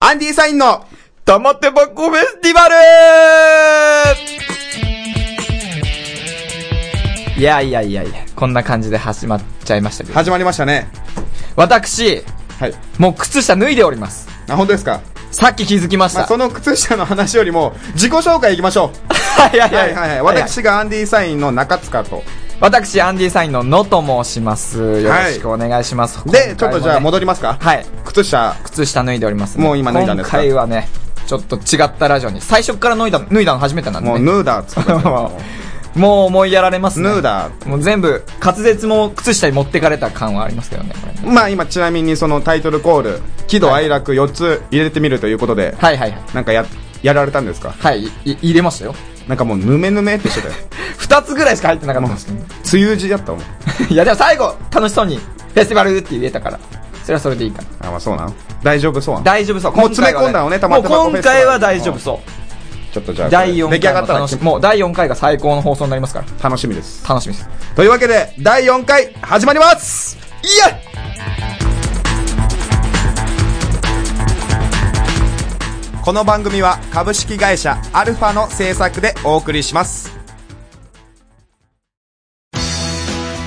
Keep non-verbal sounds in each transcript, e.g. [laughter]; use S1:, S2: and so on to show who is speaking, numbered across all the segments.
S1: アンディサインの、
S2: 玉手箱フェスティバルいやいやいやいや、こんな感じで始まっちゃいましたけど。
S1: 始まりましたね。
S2: 私、
S1: はい。
S2: もう靴下脱いでおります。
S1: あ、本当ですか
S2: さっき気づきまし
S1: まあ、
S2: た。
S1: その [laughs] 靴下の話よりも、自己紹介いきましょう。
S2: はいはい
S1: は
S2: はいい
S1: はい
S2: は。
S1: はいい。私がアンディサインの中塚と。
S2: 私、アンディサインののと申します。よろしくお願いします。
S1: で、
S2: 今回もね
S1: ちょっとじゃあ戻りますか。
S2: はい。
S1: 靴下、
S2: 靴下脱いでおります、
S1: もう今脱いだんですか
S2: 今回はね、ちょっと違ったラジオに、最初から脱いだ、脱いだの初めてなんで、
S1: もう
S2: ね。
S1: ヌーダーつってま
S2: もうもう思いやられます
S1: す
S2: ね。
S1: ヌーダー。
S2: もう全部、滑舌も靴下に持ってかれた感はありますけどね、これね。
S1: まあ今ちなみにそのタイトルコール、喜怒哀楽4つ入れてみるということで、
S2: はいはいはい。
S1: なんかや、やられたんですか
S2: はい、いい入れましたよ。
S1: なんかもうヌメヌメってしてたよ。
S2: 二つぐらいしか入ってなかったんですけどね。
S1: 梅雨時だったもん。
S2: [laughs] いやでも最後、楽しそうに、フェスティバルって言えたから。それはそれでいいかな。
S1: あ、まあそうなの大丈夫そうなの
S2: 大丈夫そう。
S1: もう
S2: 今回
S1: 詰
S2: は
S1: め込んだのね玉手箱
S2: もう
S1: フェス
S2: 今
S1: ティバ
S2: 回
S1: ル
S2: は大丈夫そう。
S1: ちょっとじゃあ、
S2: 第4
S1: 出
S2: 回
S1: 来上がったら
S2: も楽しみもう第4回が最高の放送になりますから。
S1: 楽しみです。
S2: 楽しみです。
S1: というわけで、第4回、始まります
S2: いや
S1: この番組は、株式会社アルファの制作でお送りします。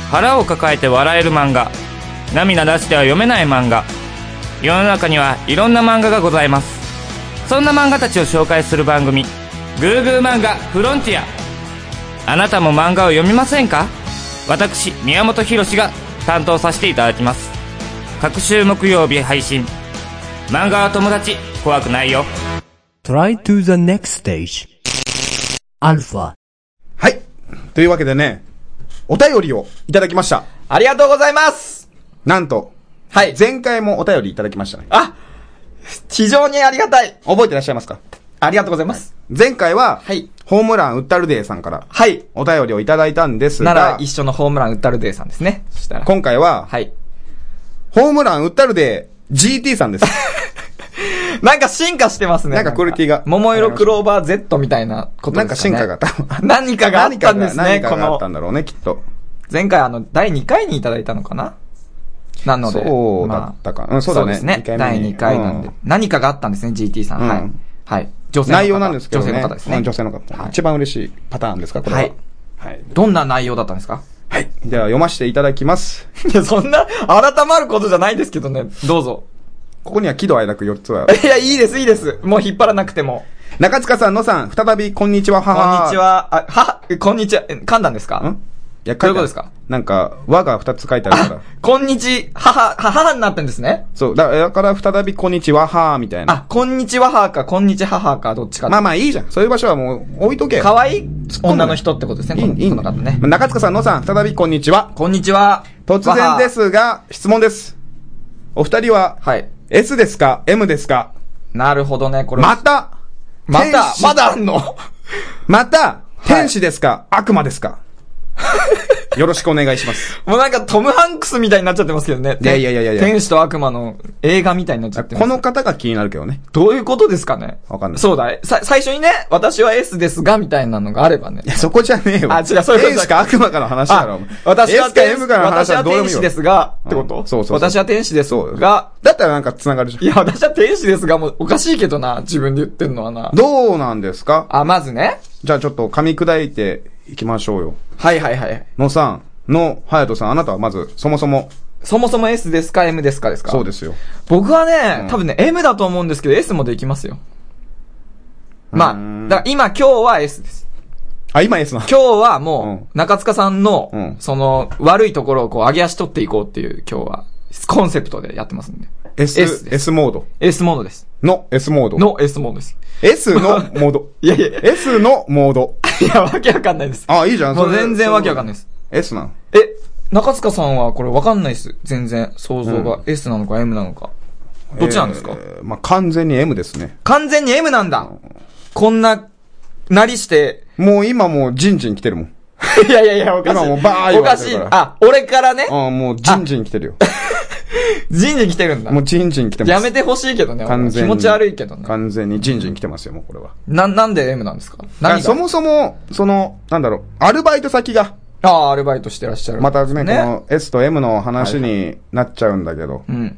S3: 腹を抱えて笑える漫画涙出しては読めない漫画世の中にはいろんな漫画がございますそんな漫画たちを紹介する番組「グーグー漫画フロンティア」あなたも漫画を読みませんか私宮本浩次が担当させていただきます各週木曜日配信漫画は友達怖くないよ
S4: Try to the next stage. Alpha.
S1: はい。というわけでね、お便りをいただきました。
S2: ありがとうございます
S1: なんと、
S2: はい。
S1: 前回もお便りいただきましたね。
S2: あ非常にありがたい
S1: 覚えてらっしゃいますか
S2: ありがとうございます。
S1: 前回は、
S2: はい
S1: ホームラン打ったるデーさんから、
S2: はい。
S1: お便りをいただいたんです
S2: な
S1: が、
S2: ら、一緒のホームラン打ったるデーさんですね。そしたら。
S1: 今回は、
S2: はい。
S1: ホームラン打ったるデー GT さんです。
S2: なんか進化してますね。
S1: なんかクオリティが
S2: 桃色クローバー Z みたいなこと
S1: なん
S2: で
S1: か
S2: すかね。
S1: 進化が多分
S2: [laughs] 何かがあったんですね、
S1: 何か
S2: こ
S1: が何かがあった
S2: の。
S1: んだろうね、きっと。
S2: 前回あの、第2回にいただいたのかななので。
S1: そうだったかうんそうだね
S2: ですね。
S1: 二回目
S2: 第
S1: に
S2: 2回なんで、
S1: うん
S2: 何かがあったんですね、GT さん。
S1: うん
S2: はい。はい。女性の方。
S1: 内容なんですけどね。
S2: 女性の方ですね。
S1: うん女性の方、
S2: はい
S1: 一番嬉しいパターンですか、これは。
S2: はい。
S1: はい。
S2: どんな内容だったんですか [laughs]
S1: はい。では読ませていただきます。
S2: いや、そんな、改まることじゃないですけどね。どうぞ。
S1: ここには喜怒哀楽4つは。
S2: いや、いいです、いいです。もう引っ張らなくても。
S1: 中塚さん、のさん、再び、こんにちは、
S2: こん
S1: 母。
S2: にち。は、あ、は、こんにちは、え噛んだんです
S1: ん
S2: か
S1: いや、
S2: どういうことですか
S1: 書いてあるなんか、和が2つ書いてあるから。
S2: こんにち、母、母になってんですね。
S1: そう。だだから、再び、こんにちは、母、みたいな。
S2: あ、こんにちは母か、こんにち母か、どっちか。
S1: まあまあ、いいじゃん。そういう場所はもう、置いとけよ。
S2: 可愛い
S1: 込んで
S2: 女の人ってことですね、この
S1: いい、いい
S2: この方ね。
S1: 中塚さん、のさん、再び、こんにちは。
S2: こんにちは。
S1: 突然ですが、質問です。お二人は、
S2: 母。はい。
S1: S ですか ?M ですか
S2: なるほどね、これ。
S1: ま、た、
S2: ま
S1: 天
S2: た、
S1: 使
S2: まだあんの [laughs]
S1: また、天使ですか、悪魔です [laughs] かよろしくお願いします。
S2: もうなんかトム・ハンクスみたいになっちゃってますけどね。
S1: いやいやいやいやいや
S2: 天使と悪魔の映画みたいになっちゃってます。
S1: この方が気になるけどね。
S2: どういうことですかね
S1: わかんない
S2: そうだ、さ、最初にね、私は S ですが、みたいなのがあればね
S1: い。や、そこじゃねえよ。
S2: あ違うそういうこと
S1: 天使か悪魔かの話だろ。お前
S2: 私は
S1: S か
S2: 天
S1: M
S2: 使
S1: かの話
S2: 私
S1: は
S2: は
S1: どうでも
S2: 天
S1: いいよ
S2: 使ですが、ってこ
S1: う
S2: と
S1: んそうそうそう
S2: 私は天使です
S1: そう。
S2: が、
S1: だったらなんか繋がるじゃ
S2: い
S1: ん。
S2: や、私は天使ですが、もうおかしいけどな、自分で言ってんのはな。
S1: どうなんですか
S2: あ、まずね。
S1: じゃあちょっと噛み砕いていきましょうよ。
S2: はいはいはい。
S1: のさん、の、はやとさん、あなたはまず、そもそも、
S2: そもそも S ですか ?M ですかですか
S1: そうですよ。
S2: 僕はね、
S1: ん
S2: 多分ね、M だと思うんですけど、S もできますよ。まあ、
S1: うーん
S2: だから今今日は S です。
S1: あ、今 S なの。
S2: 今日は
S1: うん
S2: もう、中塚さんの、
S1: うん
S2: その、悪いところをこう、上げ足取っていこうっていう、今日は、コンセプトでやってますんで。
S1: S、
S2: S です
S1: S モード。
S2: S モードです。
S1: の S モード。
S2: の S モードです。
S1: S のモード。
S2: いやいや、
S1: S のモード。
S2: [laughs] いや、わけわかんないです。
S1: あ、いいじゃん。
S2: も
S1: そうれ
S2: 全然わけわかんないです。。
S1: S なの。
S2: え、中塚さんはこれわかんないです。全然、想像が S なのか M なのか。どっちなんですか、
S1: えーまあ、完全に M ですね。
S2: 完全に M なんだ。こんな、なりして、 [laughs]
S1: もう今もうジンジン来てるもん。
S2: いやいやいや、おかしい。
S1: 今もうバー言
S2: お
S1: われ
S2: か
S1: て
S2: しい
S1: るから。
S2: あ、俺からね、
S1: ああ、もうジンジン来てる
S2: [laughs]
S1: よ。
S2: 人事来てるんだ
S1: も。うジンジン来てます。
S2: やめてほしいけどね、
S1: 完全
S2: 気
S1: に。
S2: 持ち悪いけどね。
S1: 完全にジンジン来てますよ、もうこれは。
S2: な、なんで M なんですか
S1: だから
S2: 何が
S1: そもそも、その、なんだろう、アルバイト先が、
S2: ああ、アルバイトしてらっしゃる。
S1: またね、
S2: ね
S1: この S と M の話になっちゃうんだけど、
S2: うん。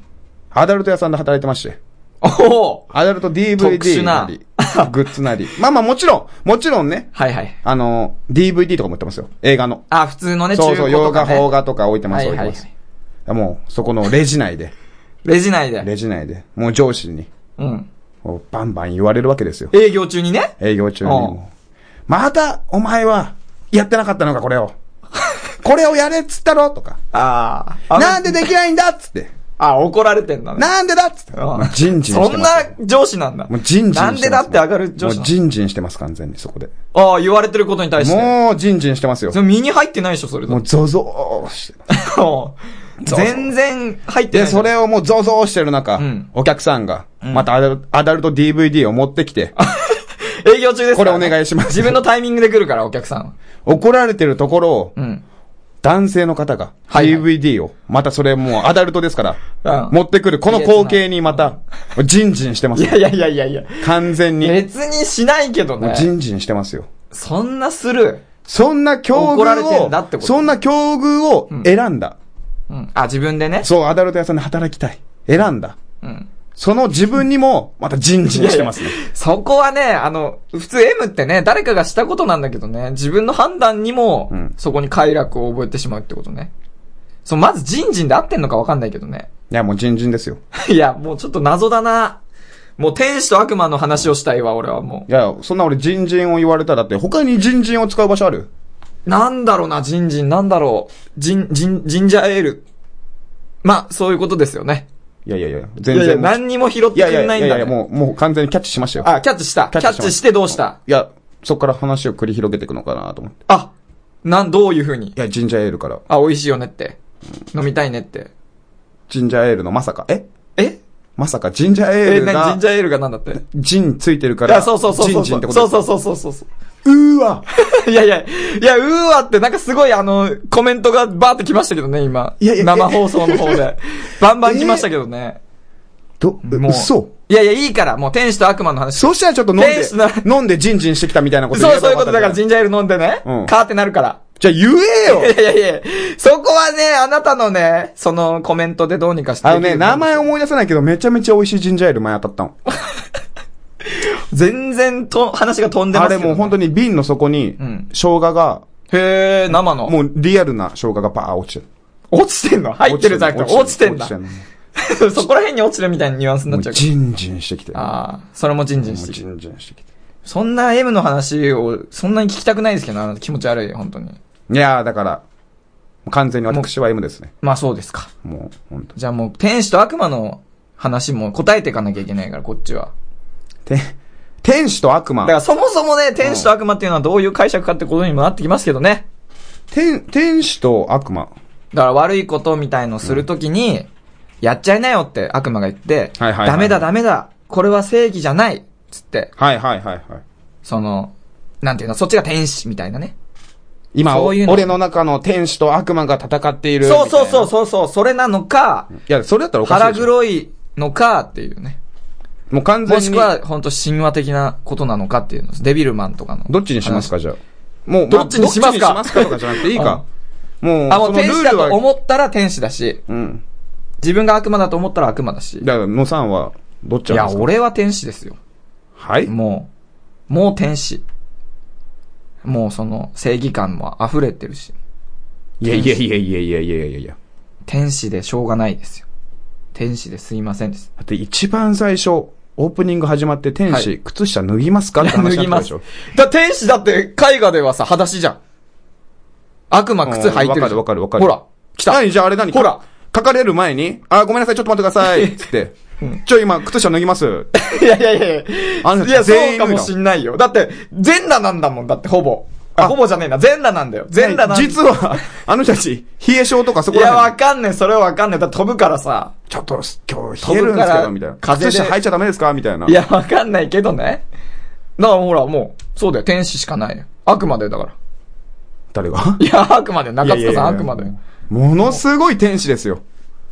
S1: アダルト屋さんで働いてまして。
S2: おお
S1: アダルト
S2: 特
S1: DVD
S2: 殊
S1: な
S2: な
S1: り、グッズなり。まあまあもちろん、もちろんね、
S2: はいはい。
S1: あの、DVD とかも売ってますよ。映画の。
S2: あ、普通のね、
S1: そう
S2: 中
S1: そう、
S2: 古
S1: 洋
S2: と
S1: 画、
S2: か、ね。
S1: 邦画とか置いてます、
S2: はい
S1: 置
S2: はいい
S1: て
S2: はい
S1: ます。もう、そこのレジ内で、 [laughs]
S2: レジ内で。
S1: レジ内で、もう上司に、
S2: うん。
S1: こうバンバン言われるわけですよ。
S2: 営業中にね。
S1: 営業中に
S2: うん
S1: も。また、お前は、やってなかったのか、これを。 [laughs] これをやれっつったろとか。
S2: ああ。
S1: なんでできないんだっつって。
S2: あ、怒られてんだね。
S1: なんでだっつって。
S2: うん
S1: もうジンジンしてます。
S2: そんな上司なんだ。
S1: もうジンジンしてます。
S2: なんでだって上がる上司
S1: もう
S2: な
S1: ジンジンしてます、完全に、そこで。
S2: の。ああ、言われてることに対して。
S1: もう、ジンジンしてますよ
S2: そ。れ身に入ってないでしょ、それだ
S1: もう、ゾゾーしてます。
S2: うん [laughs] 全然入ってな
S1: で、
S2: い。
S1: それをもうゾゾーしてる中
S2: ん、
S1: お客さんが、またアダルアダルト DVD を持ってきて、
S2: [laughs] 営業中ですから
S1: これ
S2: ね
S1: お願いします
S2: 自分のタイミングで来るから、お客さんは。
S1: 怒られてるところを
S2: う、ん。
S1: 男性の方が、
S2: はいはい
S1: DVD を、またそれもうアダルトですから
S2: う、ん
S1: 持ってくる、この光景にまた、ジンジンしてま
S2: い
S1: すよ
S2: や。いやいやいやいや。
S1: 完全に。
S2: 別にしないけど
S1: もう
S2: ね。
S1: ジンジンしてますよ。
S2: そんなする。
S1: そんな境
S2: 怒られてんだっ
S1: 遇
S2: て
S1: を、
S2: こと
S1: そんな境遇を選んだ。
S2: うん。あ、自分でね。
S1: そう、アダルト屋さんで働きたい。選んだ。
S2: うん。
S1: その自分にも、またジンジンしてますね。
S2: [laughs] そこはね、あの、普通 M ってね、誰かがしたことなんだけどね、自分の判断にも
S1: うん、
S2: そこに快楽を覚えてしまうってことね。そう、まず人人で合ってんのかわかんないけどね。 [laughs]
S1: いや、もうジンジンですよ。
S2: いや、もうちょっと謎だな。もう天使と悪魔の話をしたいわ、俺はも
S1: いや、そんな俺ジンジンを言われたらだって、他にジンジンを使う場所ある
S2: う。なんだろうな、人人、なんだろう。人、人、ジンジャーエール。まあ、そういうことですよね。
S1: いやいやいや、
S2: い
S1: 全
S2: やいや、
S1: 然もう。
S2: 何にも拾ってく
S1: いやいや
S2: れ
S1: い
S2: ないんだ、
S1: や
S2: ね。
S1: いや、もう、もう完全にキャッチしましたよ。
S2: あ、キャッチした。キャッチしてどうした
S1: いや、そっから話を繰り広げていくのかなと思って。
S2: あ、なん、どういう風に
S1: いや、ジンジャーエールから。
S2: あ、美味しいよねって。飲みたいねって。
S1: ジンジャーエールのまさか、え
S2: え
S1: まさかジンジャーエー
S2: え、
S1: ル
S2: な、ジ
S1: が
S2: ンジ、ャーエールがなんだって。い
S1: ジンついてるから、
S2: や、そうそうそう
S1: ジ
S2: そ
S1: ン
S2: う。
S1: ジンってこと
S2: そうそううそうそうそうそう。
S1: うーわ
S2: いやいや、いや、うーわって、なんかすごいあの、コメントがバーって来ましたけどね、今。
S1: いやいや
S2: 生放送の方 [laughs] で。バンバン来ましたけどね。
S1: ど、う
S2: もう。
S1: 嘘
S2: いやいや、いいから、もう天使と悪魔の話。
S1: そうしたらちょっと飲ん
S2: レー
S1: で
S2: スな、
S1: 飲んでジンジンしてきたみたいなこと
S2: そう、そういうことだから、
S1: じ
S2: ジンジャーエール飲んでね。
S1: うん
S2: カーってなるから。
S1: ゃあ言えよ
S2: いやいやいや、そこはね、あなたのね、そのコメントでどうにかして。
S1: あのね、名前。思い出せないけど、めちゃめちゃ美味しいジンジャーエール前当たったの。
S2: 全然と、話が飛んでま
S1: あ
S2: すけ
S1: れ
S2: ど、
S1: もう本当に瓶の底に
S2: ん、
S1: 生姜が、
S2: へえ、生の。
S1: もうリアルな生姜がバー落ちてる。
S2: 落ちてんの入ってるじゃなくて、落ちてんだ。
S1: 落ちて
S2: そこら辺に落ちるみたいなニュアンスに
S1: も
S2: なっ
S1: う
S2: ちゃう
S1: ジンジンしてきて。も
S2: ああ、それもジンジン
S1: う
S2: してき
S1: ジ
S2: て。
S1: ンジンしてきて。
S2: そんな M の話を、そんなに聞きたくないですけど、あの気持ち悪い、本当に。
S1: いやー、だから、完全に私は M ですね。
S2: まあそうですか。
S1: もう、ほんと。
S2: じゃあもう、天使と悪魔の話も答えていかなきゃいけないから、こっちは。
S1: て、天使と悪魔
S2: だか。らそもそもね、天使と悪魔っていうのはどういう解釈かってことにもなってきますけどね。
S1: 天、天使と悪魔。
S2: だから悪いことみたいのするときに、やっちゃいなよって悪魔が言って、
S1: はいはいはい
S2: ダメだダメだ、これは正義じゃない、つって、
S1: はいはいはいはい。
S2: その、なんていうの、そっちが天使みたいなね。
S1: 今、
S2: そういうの
S1: 俺の中の天使と悪魔が戦っている。
S2: そうそうそう
S1: みたい
S2: そうそう、それなのか、
S1: な。いや、それだったらおかしい
S2: 腹
S1: でしょ。
S2: 黒いのかっていうね。
S1: もう完全
S2: も
S1: に。
S2: しくは、本当神話的なことなのかっていうのです。デビルマンとかの。
S1: どっちにします
S2: か
S1: か、じゃあ。もう、
S2: どっちにしますか
S1: どっちにしますかとかじゃなくていいか。もう、
S2: あ、も
S1: そうの
S2: 天使
S1: ル
S2: だ
S1: ール
S2: と
S1: は
S2: 思ったら天使だし、
S1: うん。
S2: 自分が悪魔だと思ったら悪魔だし。
S1: だから、野さんは、どっち
S2: い
S1: なん
S2: や、
S1: ですか。
S2: 俺は天使ですよ。
S1: はい
S2: もう、もう天使。もうその正義感も溢れてるし、
S1: いやいやいやいやいやいやいやいや。
S2: 天使でしょうがないですよ。天使ですいませんです。
S1: だって一番最初、オープニング始まって天使、
S2: は
S1: 靴下脱ぎますかって話
S2: 脱
S1: になっ
S2: ぎ
S1: てた
S2: ま
S1: ですしょ。。
S2: だ、天使だって絵画ではさ、裸足じゃん。悪魔靴履いてるじゃん。
S1: うんわかるわかるわかる
S2: ほら、来た。
S1: 何じゃああれ何
S2: ほら。
S1: 書かれる前に、あ、ごめんなさい、ちょっと待ってくださ
S2: [laughs]
S1: い。つって。ちょ、今、靴下脱ぎます。
S2: いやいやいやい
S1: あの
S2: や。いや、
S1: 全
S2: そ
S1: 員
S2: うかもしんないよ。だって、全裸なんだもん。だって、ほぼ。あ、ほぼじゃねえな。全裸なんだよ。全裸なんだ。
S1: 実は、あの人たち、冷え性とかそ
S2: い
S1: こら
S2: や、
S1: 辺
S2: わかんねえ。それはわかんねえ。だって飛ぶからさ。
S1: ちょっと、今日冷えるんですけど、みたいな。
S2: 飛ぶから
S1: 靴下履いちゃダメですかみたいな。
S2: いや、わかんないけどね。だからほら、もう、そうだよ。天使しかないよ。悪魔だよ、だから。
S1: 誰が
S2: いや、悪魔だよ。中
S1: いや
S2: 塚
S1: い
S2: さ
S1: やい
S2: ん、
S1: や
S2: 悪魔だよ。
S1: ものすごい天使ですよ。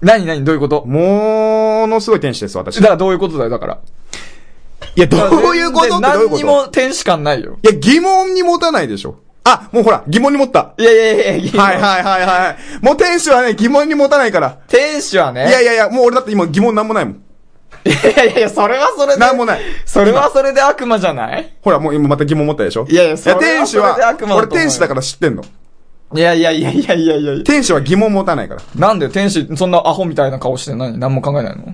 S2: 何何どういうこと
S1: ものすごい天使です、私。
S2: だ
S1: い
S2: からどういうことだよ、だから。
S1: や、どういうことってどういう
S2: 何
S1: こ
S2: に
S1: と
S2: も天使感ないよ。
S1: いや、疑問に持たないでしょ。あ、もうほら、疑問に持った。
S2: いやいやいや
S1: はい
S2: い。
S1: はいはいはい。もう天使はね、疑問に持たないから。
S2: 天使はね。
S1: いやいやいや、もう俺だって今疑問なんもないもん。
S2: いやいやいや、それはそれで。
S1: なんもない
S2: それはそれで悪魔じゃない
S1: ほら、もう今また疑問持ったでしょ
S2: いやいやそれは
S1: 天使
S2: それで
S1: は
S2: 悪魔だと、思うよ
S1: 俺天使だから知ってんの。
S2: いやいやいやいやいやいや
S1: 天使は疑問持たないから。
S2: なんで天使、そんなアホみたいな顔して何何も考えないの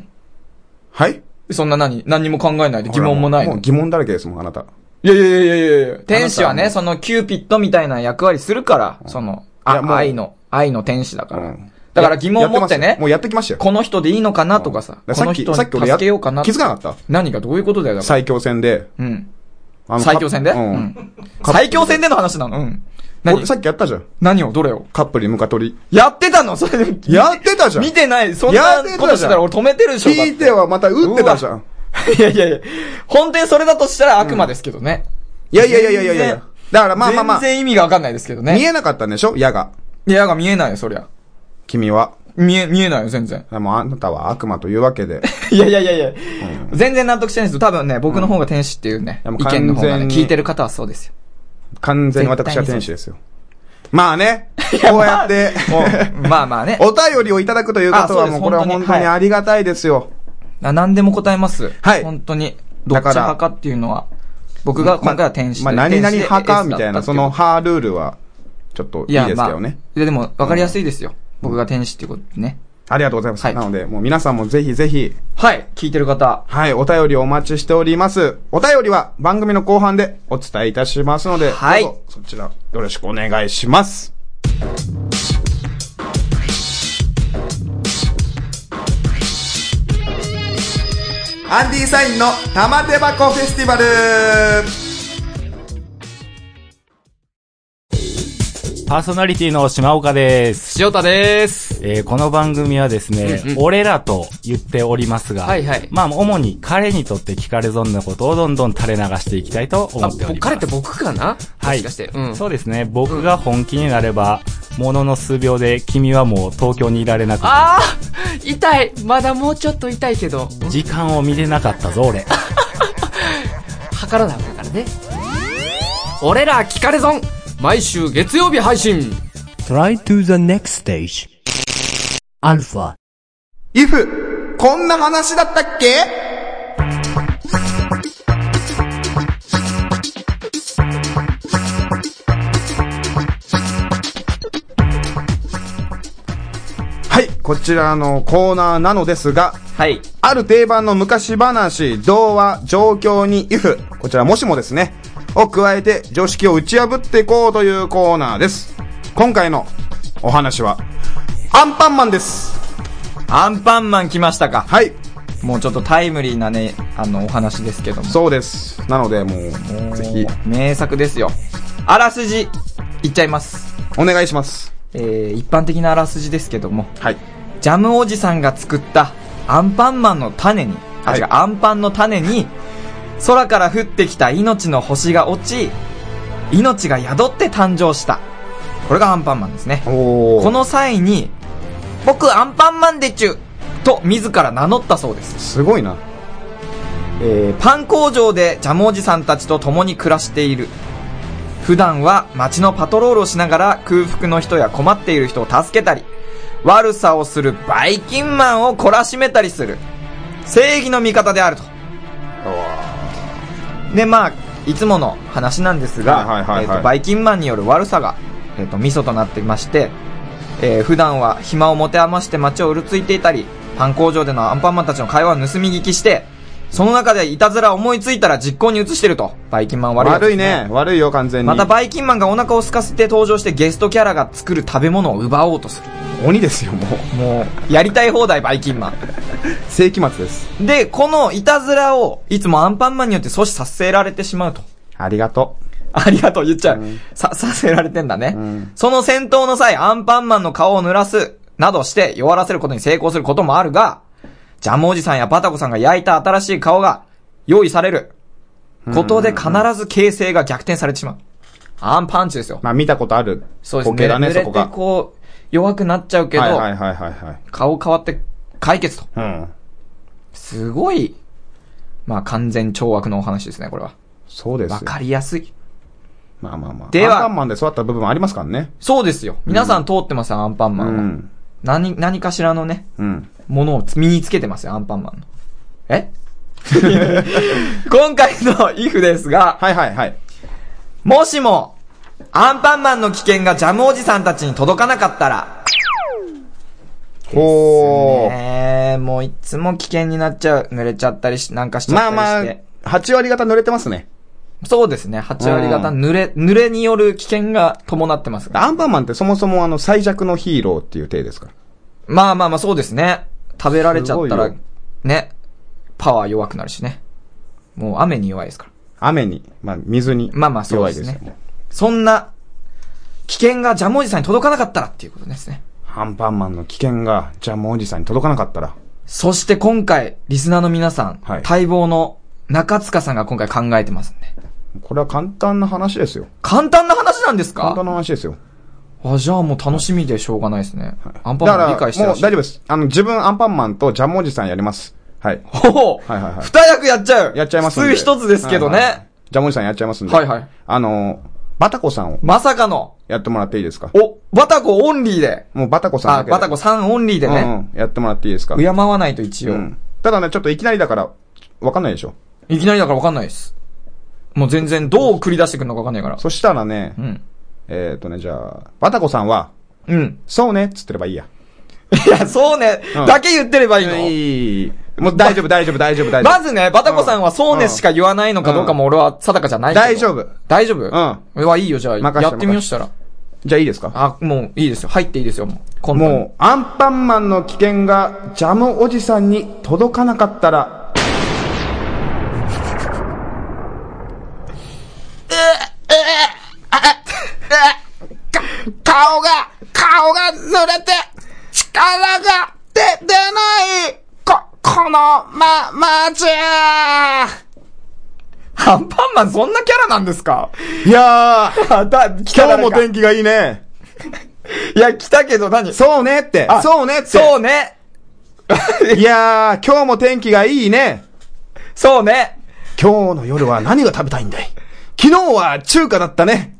S1: はい
S2: そんな何何にも考えないで疑問もない
S1: ほら
S2: の
S1: う疑問だらけですもん、あなた。
S2: いやいやいやいやいや天使は
S1: あな
S2: ね、そのキューピッドみたいな役割するから、その、
S1: い
S2: あ
S1: やもう
S2: 愛の、愛の天使だから。
S1: うん
S2: だから疑問を持って
S1: やまし
S2: ね
S1: たもうやってきましたよ。
S2: この人でいいのかなとかさ、
S1: うん
S2: こ
S1: さ
S2: の
S1: っき
S2: 人に
S1: さっき俺や
S2: 助けようかな
S1: 気づかなかった
S2: 何がどういうことだよ、だから。
S1: 最強戦で。
S2: うん。
S1: あの
S2: 最強戦で
S1: カ
S2: う
S1: ッ
S2: ん。最強戦での話なのうん。
S1: プ
S2: 何
S1: 俺さっきやったじゃん。
S2: 何をどれを
S1: カップに向か取
S2: やってたのそ [laughs] れで。
S1: り。やってたじゃん
S2: 見てない。そんな
S1: やってたじゃん
S2: ことしてたら俺止めてるでしょ。だっ
S1: 聞いてはまた打ってたじゃん。
S2: いやいやいや、本当にそれだとしたら悪魔ですけどね。
S1: いやいやいやいやいやい
S2: 全
S1: や
S2: 然。
S1: だからまあまあま
S2: 全然意味がわかんないですけど
S1: あ、
S2: ね。
S1: 見えなかったんでしょ矢が。
S2: いや、が見えないよ、そりゃ。
S1: 君は。
S2: 見え、見えないよ、全然。
S1: でもあなたは悪魔というわけで。
S2: [laughs] いやいやいやいや、全然納得してないですよ。多分ね、僕の方が天使っていうね、
S1: うん
S2: 意見の方が
S1: 完全
S2: ね、
S1: に
S2: 聞いてる方はそうですよ。
S1: 完全に私は天使ですよ。まあね、こうやって、
S2: [laughs] まあまあね。
S1: お便りをいただくということは
S2: あそうで
S1: も
S2: す
S1: うこれは
S2: 本当
S1: 本
S2: に
S1: 当にありがたいですよ。
S2: な何でも答えます。
S1: はい
S2: 本当に。ど
S1: だ
S2: っち
S1: から
S2: 派かっていうのは、僕が今回は天使で
S1: まあ何々派かみたいな、そ、の
S2: 天使で
S1: 派ルールは、ちょっと
S2: S
S1: いい
S2: だったって
S1: で
S2: う
S1: すけどね
S2: いや、。まあ、いやでも、わかりやすいですよ。僕が天使っていうことでね。
S1: ありがとうございます。
S2: はい
S1: なので、もう皆さんもぜひぜひ、
S2: はい、聞いてる方。
S1: はい、お便りをお待ちしております。お便りは番組の後半でお伝えいたしますので、
S2: はい
S1: どうぞそちらよろしくお願いします。アンディサインの玉手箱フェスティバル
S3: パーソナリティの島岡です。
S2: 塩田です。
S3: えーこの番組はですね、俺らと言っておりますが、
S2: はいはい
S3: まあ、主に彼にとって聞かれ損なことをどんどん垂れ流していきたいと思っております。
S2: 彼って僕かな
S3: は
S2: も
S3: い
S2: しかして。うん。
S3: そうですね、僕が本気になれば、ものの数秒で君はもう東京にいられなくなる
S5: ああ痛いまだもうちょっと痛いけど、
S3: 時間を見れなかったぞ、俺。
S5: 測らなあかんからね。俺ら聞かれ損毎週月曜日配信
S4: Try to the next stage. Alpha.
S1: ?if, こんな話だったっけはい、こちらのコーナーなのですが、
S2: はい。
S1: ある定番の昔話、童話、状況に if、こちらもしもですね、を加えて常識を打ち破っていこうというコーナーです。今回のお話は、アンパンマンです。
S2: アンパンマン来ましたか。
S1: はい、
S2: もうちょっとタイムリーなね、あの、お話ですけども。
S1: そうです。なので、もう、ぜひ、
S2: 名作ですよ。あらすじ、いっちゃいます。
S1: お願いします。
S2: えー、一般的なあらすじですけども、
S1: はい。
S2: ジャムおじさんが作ったアンパンマンの種に、あ、
S1: はい
S2: 違う、アンパンの種に、空から降ってきた命の星が落ち、命が宿って誕生した。これがアンパンマンですね。
S1: おー。
S2: こ、の際に、僕アンパンマンでちゅと自ら名乗ったそうです。
S1: すごいな。
S2: えーパン工場でジャムおじさんたちと共に暮らしている普段は街のパトロールをしながら空腹の人や困っている人を助けたり悪さをするバイキンマンを懲らしめたりする正義の味方であるとでまあいつもの話なんですが、
S1: はいはいはいはい
S2: えーとバイキンマンによる悪さが、えー、とミソとなっていまして、えー普段は暇を持て余して街をうるついていたりパン工場でのアンパンマンたちの会話を盗み聞きしてその中でいたずら思いついたら実行に移してるとバイキンマン悪いやつ
S1: 悪
S2: で
S1: い
S2: す
S1: ね。悪いよ、完全に。
S2: またバイキンマンがお腹を空かせて登場してゲストキャラが作る食べ物を奪おうとする。
S1: 鬼ですよ、もう。
S2: もう、やりたい放題バイキンマ
S1: 世紀末です。
S2: ン。で、このいたずらを、いつもアンパンマンによって阻止させられてしまうと。
S1: ありがと
S2: [laughs] ありがとう、言っちゃう。さ、させられてんだね。
S1: ん
S2: その戦闘の際、アンパンマンの顔を濡らす、などして弱らせることに成功することもあるが、ジャムおじさんやパタコさんが焼いた新しい顔が用意される。ことで必ず形勢が逆転されてしまう。アンパンチですよ
S1: う。。まあ、見たことある。
S2: そうです
S1: 光景
S2: ね。
S1: だ
S2: 濡
S1: ね、
S2: れ
S1: そこ
S2: て
S1: が。
S2: こう、弱くなっちゃうけど、
S1: はいはいはいはいはい。
S2: 顔変わって解決と。
S1: うん。
S2: すごい、まあ完全懲悪のお話ですね、これは。
S1: そうですよ
S2: わ。かりやすい。
S1: まあまあまあ。
S2: では
S1: アンパンマンで育った部分ありますからね。
S2: そうですよ。皆さん通ってますよ、アンパン
S1: う
S2: マンは。
S1: ん。
S2: 何、何かしらのね、
S1: うん。
S2: ものを身につけてますよ、アンパンマンの。え [laughs] 今回の if ですが、
S1: はいはいはい。
S2: もしも、アンパンマンの危険がジャムおじさんたちに届かなかったら、
S1: ほー。
S2: えー、もういつも危険になっちゃう。濡れちゃったりし、なんかしちゃった
S1: まあ
S2: りして。
S1: まあ、8割方濡れてますね。
S2: そうですね。8割方
S1: うん
S2: 濡れ、濡れによる危険が伴ってますが。
S1: アンパンマンってそもそもあの最弱のヒーローっていう体ですから。
S2: まあまあまあ、そうですね。食べられちゃった
S1: す
S2: ら
S1: ごいよ、
S2: ね、パワー弱くなるしね。もう雨に弱いですから。
S1: 雨に、まあ水に。
S2: まあまあそうですね
S1: 弱いよね
S2: そんな、危険がジャムおじさんに届かなかったらっていうことですね。
S1: アンパンマンの危険が、ジャムおじさんに届かなかったら。
S2: そして今回、リスナーの皆さん、
S1: はい
S2: 待望の中塚さんが今回考えてますんで。
S1: これは簡単な話ですよ。
S2: 簡単な話なんです
S1: 簡
S2: か
S1: 単な話ですよ。
S2: あ、じゃあもう楽しみでしょうがないですね。アンパン
S1: だ
S2: マン理
S1: か
S2: 解
S1: ら、
S2: して
S1: も
S2: ら
S1: う
S2: っ
S1: 大
S2: し
S1: 丈
S2: ゃ
S1: 夫
S2: る。
S1: です。あの、自分アンパンマンとジャムおじさんやります。はい。
S2: ほほう、
S1: はいはいはい
S2: 二役やっちゃう。
S1: やっちゃいますん
S2: 普
S1: で
S2: 通一つですけどね。
S1: はいはいジャムおじさんやっちゃいますんで。
S2: はいはい。
S1: あの、バタコさんを
S2: まさかの、
S1: やってもらっていいですか
S2: お、バタコオンリーで。
S1: もうバタコさん
S2: あ、
S1: だけで。
S2: バタコさんオンリーで
S1: う
S2: ね。
S1: んうん。やってもらっていいですか
S2: 敬わないと一応、
S1: うん。ただね、ちょっといきなりだから、わかんないでしょ。
S2: いきなりだからわかんないです。もう全然どう繰り出してくるのかわかんないから。
S1: そしたらね
S2: う、ん。
S1: えっとね、じゃあ、バタコさんは、
S2: うん。
S1: そうねっつってればいいや。
S2: いや、そうね、
S1: うん
S2: だけ言ってればいいの。
S1: いい。もう大丈夫、大丈夫、大丈夫、大丈夫。
S2: まずね、バタコさんはそうねしか言わないのかどうかも俺は定かじゃないけど。
S1: 大丈夫。
S2: 大丈夫
S1: ん
S2: うん。はいいよ、じゃあ、
S1: 任せて
S2: やってみようしたら。
S1: じゃあいいですか
S2: あ、もういいですよ。入っていいですよ、もう。今度
S1: もう、アンパンマンの危険が、ジャムおじさんに届かなかったら、
S6: 顔が、顔が濡れて、力が出、出ない、こ、この、ま、まじゃ
S2: アンパンマンそんなキャラなんですか
S1: いや [laughs] ー、
S2: あ、だ、来
S1: 今
S2: た
S1: 日も天気がいいね。
S2: いや、来たけど何
S1: そうねって
S2: あ、
S1: そうねって。
S2: そうね。
S1: いやー、今日も天気がいいね。
S2: そうね。
S1: 今日の夜は何が食べたいんだい昨日は中華だったね。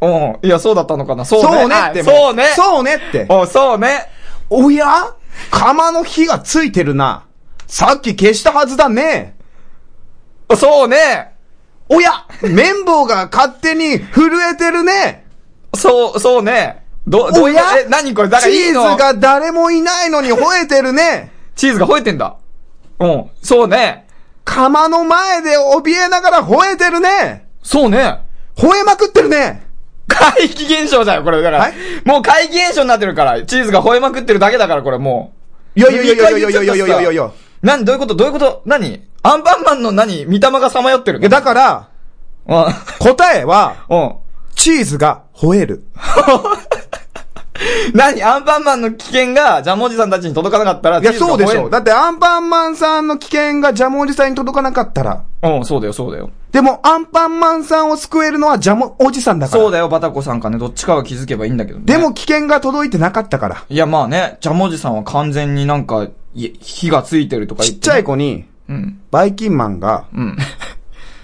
S2: うん。いや、そうだったのかな。そうね。
S1: そうねって。
S2: あそうね。
S1: そうねって。
S2: おそうね。
S1: おや釜の火がついてるな。さっき消したはずだね。
S2: おそうね。
S1: おや綿棒が勝手に震えてるね。
S2: そう、そうね。ど、どう
S1: おや
S2: え、何これ、だか
S1: チ
S2: らいい
S1: ーズ
S2: の
S1: が誰もいないのに [laughs] 吠えてるね。
S2: チーズが吠えてんだ。うん。そうね。
S1: 釜の前で怯えながら吠えてるね。
S2: そうね。
S1: 吠えまくってるね。
S2: 怪奇現象だよ、これ。だから
S1: はい。
S2: もう怪奇現象になってるから、チーズが吠えまくってるだけだから、これもう。
S1: いやいやいやいやいやいやいやいやいやいやいや。
S2: 何どういうことどういうこと何アンパンマンの何見た目がさまよってる
S1: いや
S2: の
S1: だから、
S2: [laughs] う
S1: 答えは、
S2: ん。うん。
S1: チーズが吠える。
S2: 何アンパンマンの危険が、ジャムおじさんたちに届かなかったら、
S1: いや、
S2: チーズが
S1: そうでし
S2: 吠え
S1: ょ。だってアンパンマンさんの危険がジャムおじさんに届かなかったら。
S2: るうん、そうだよ、そうだよ。
S1: でも、アンパンマンさんを救えるのはジャムおじさんだから。
S2: そうだよ、バタコさんかね、どっちかは気づけばいいんだけどね。
S1: でも、危険が届いてなかったから。
S2: いや、まあね、ジャムおじさんは完全になんか、い火がついてるとか
S1: ち
S2: 言っ、
S1: ってちゃい。子に、
S2: うん。
S1: バイキンマンが、
S2: うん。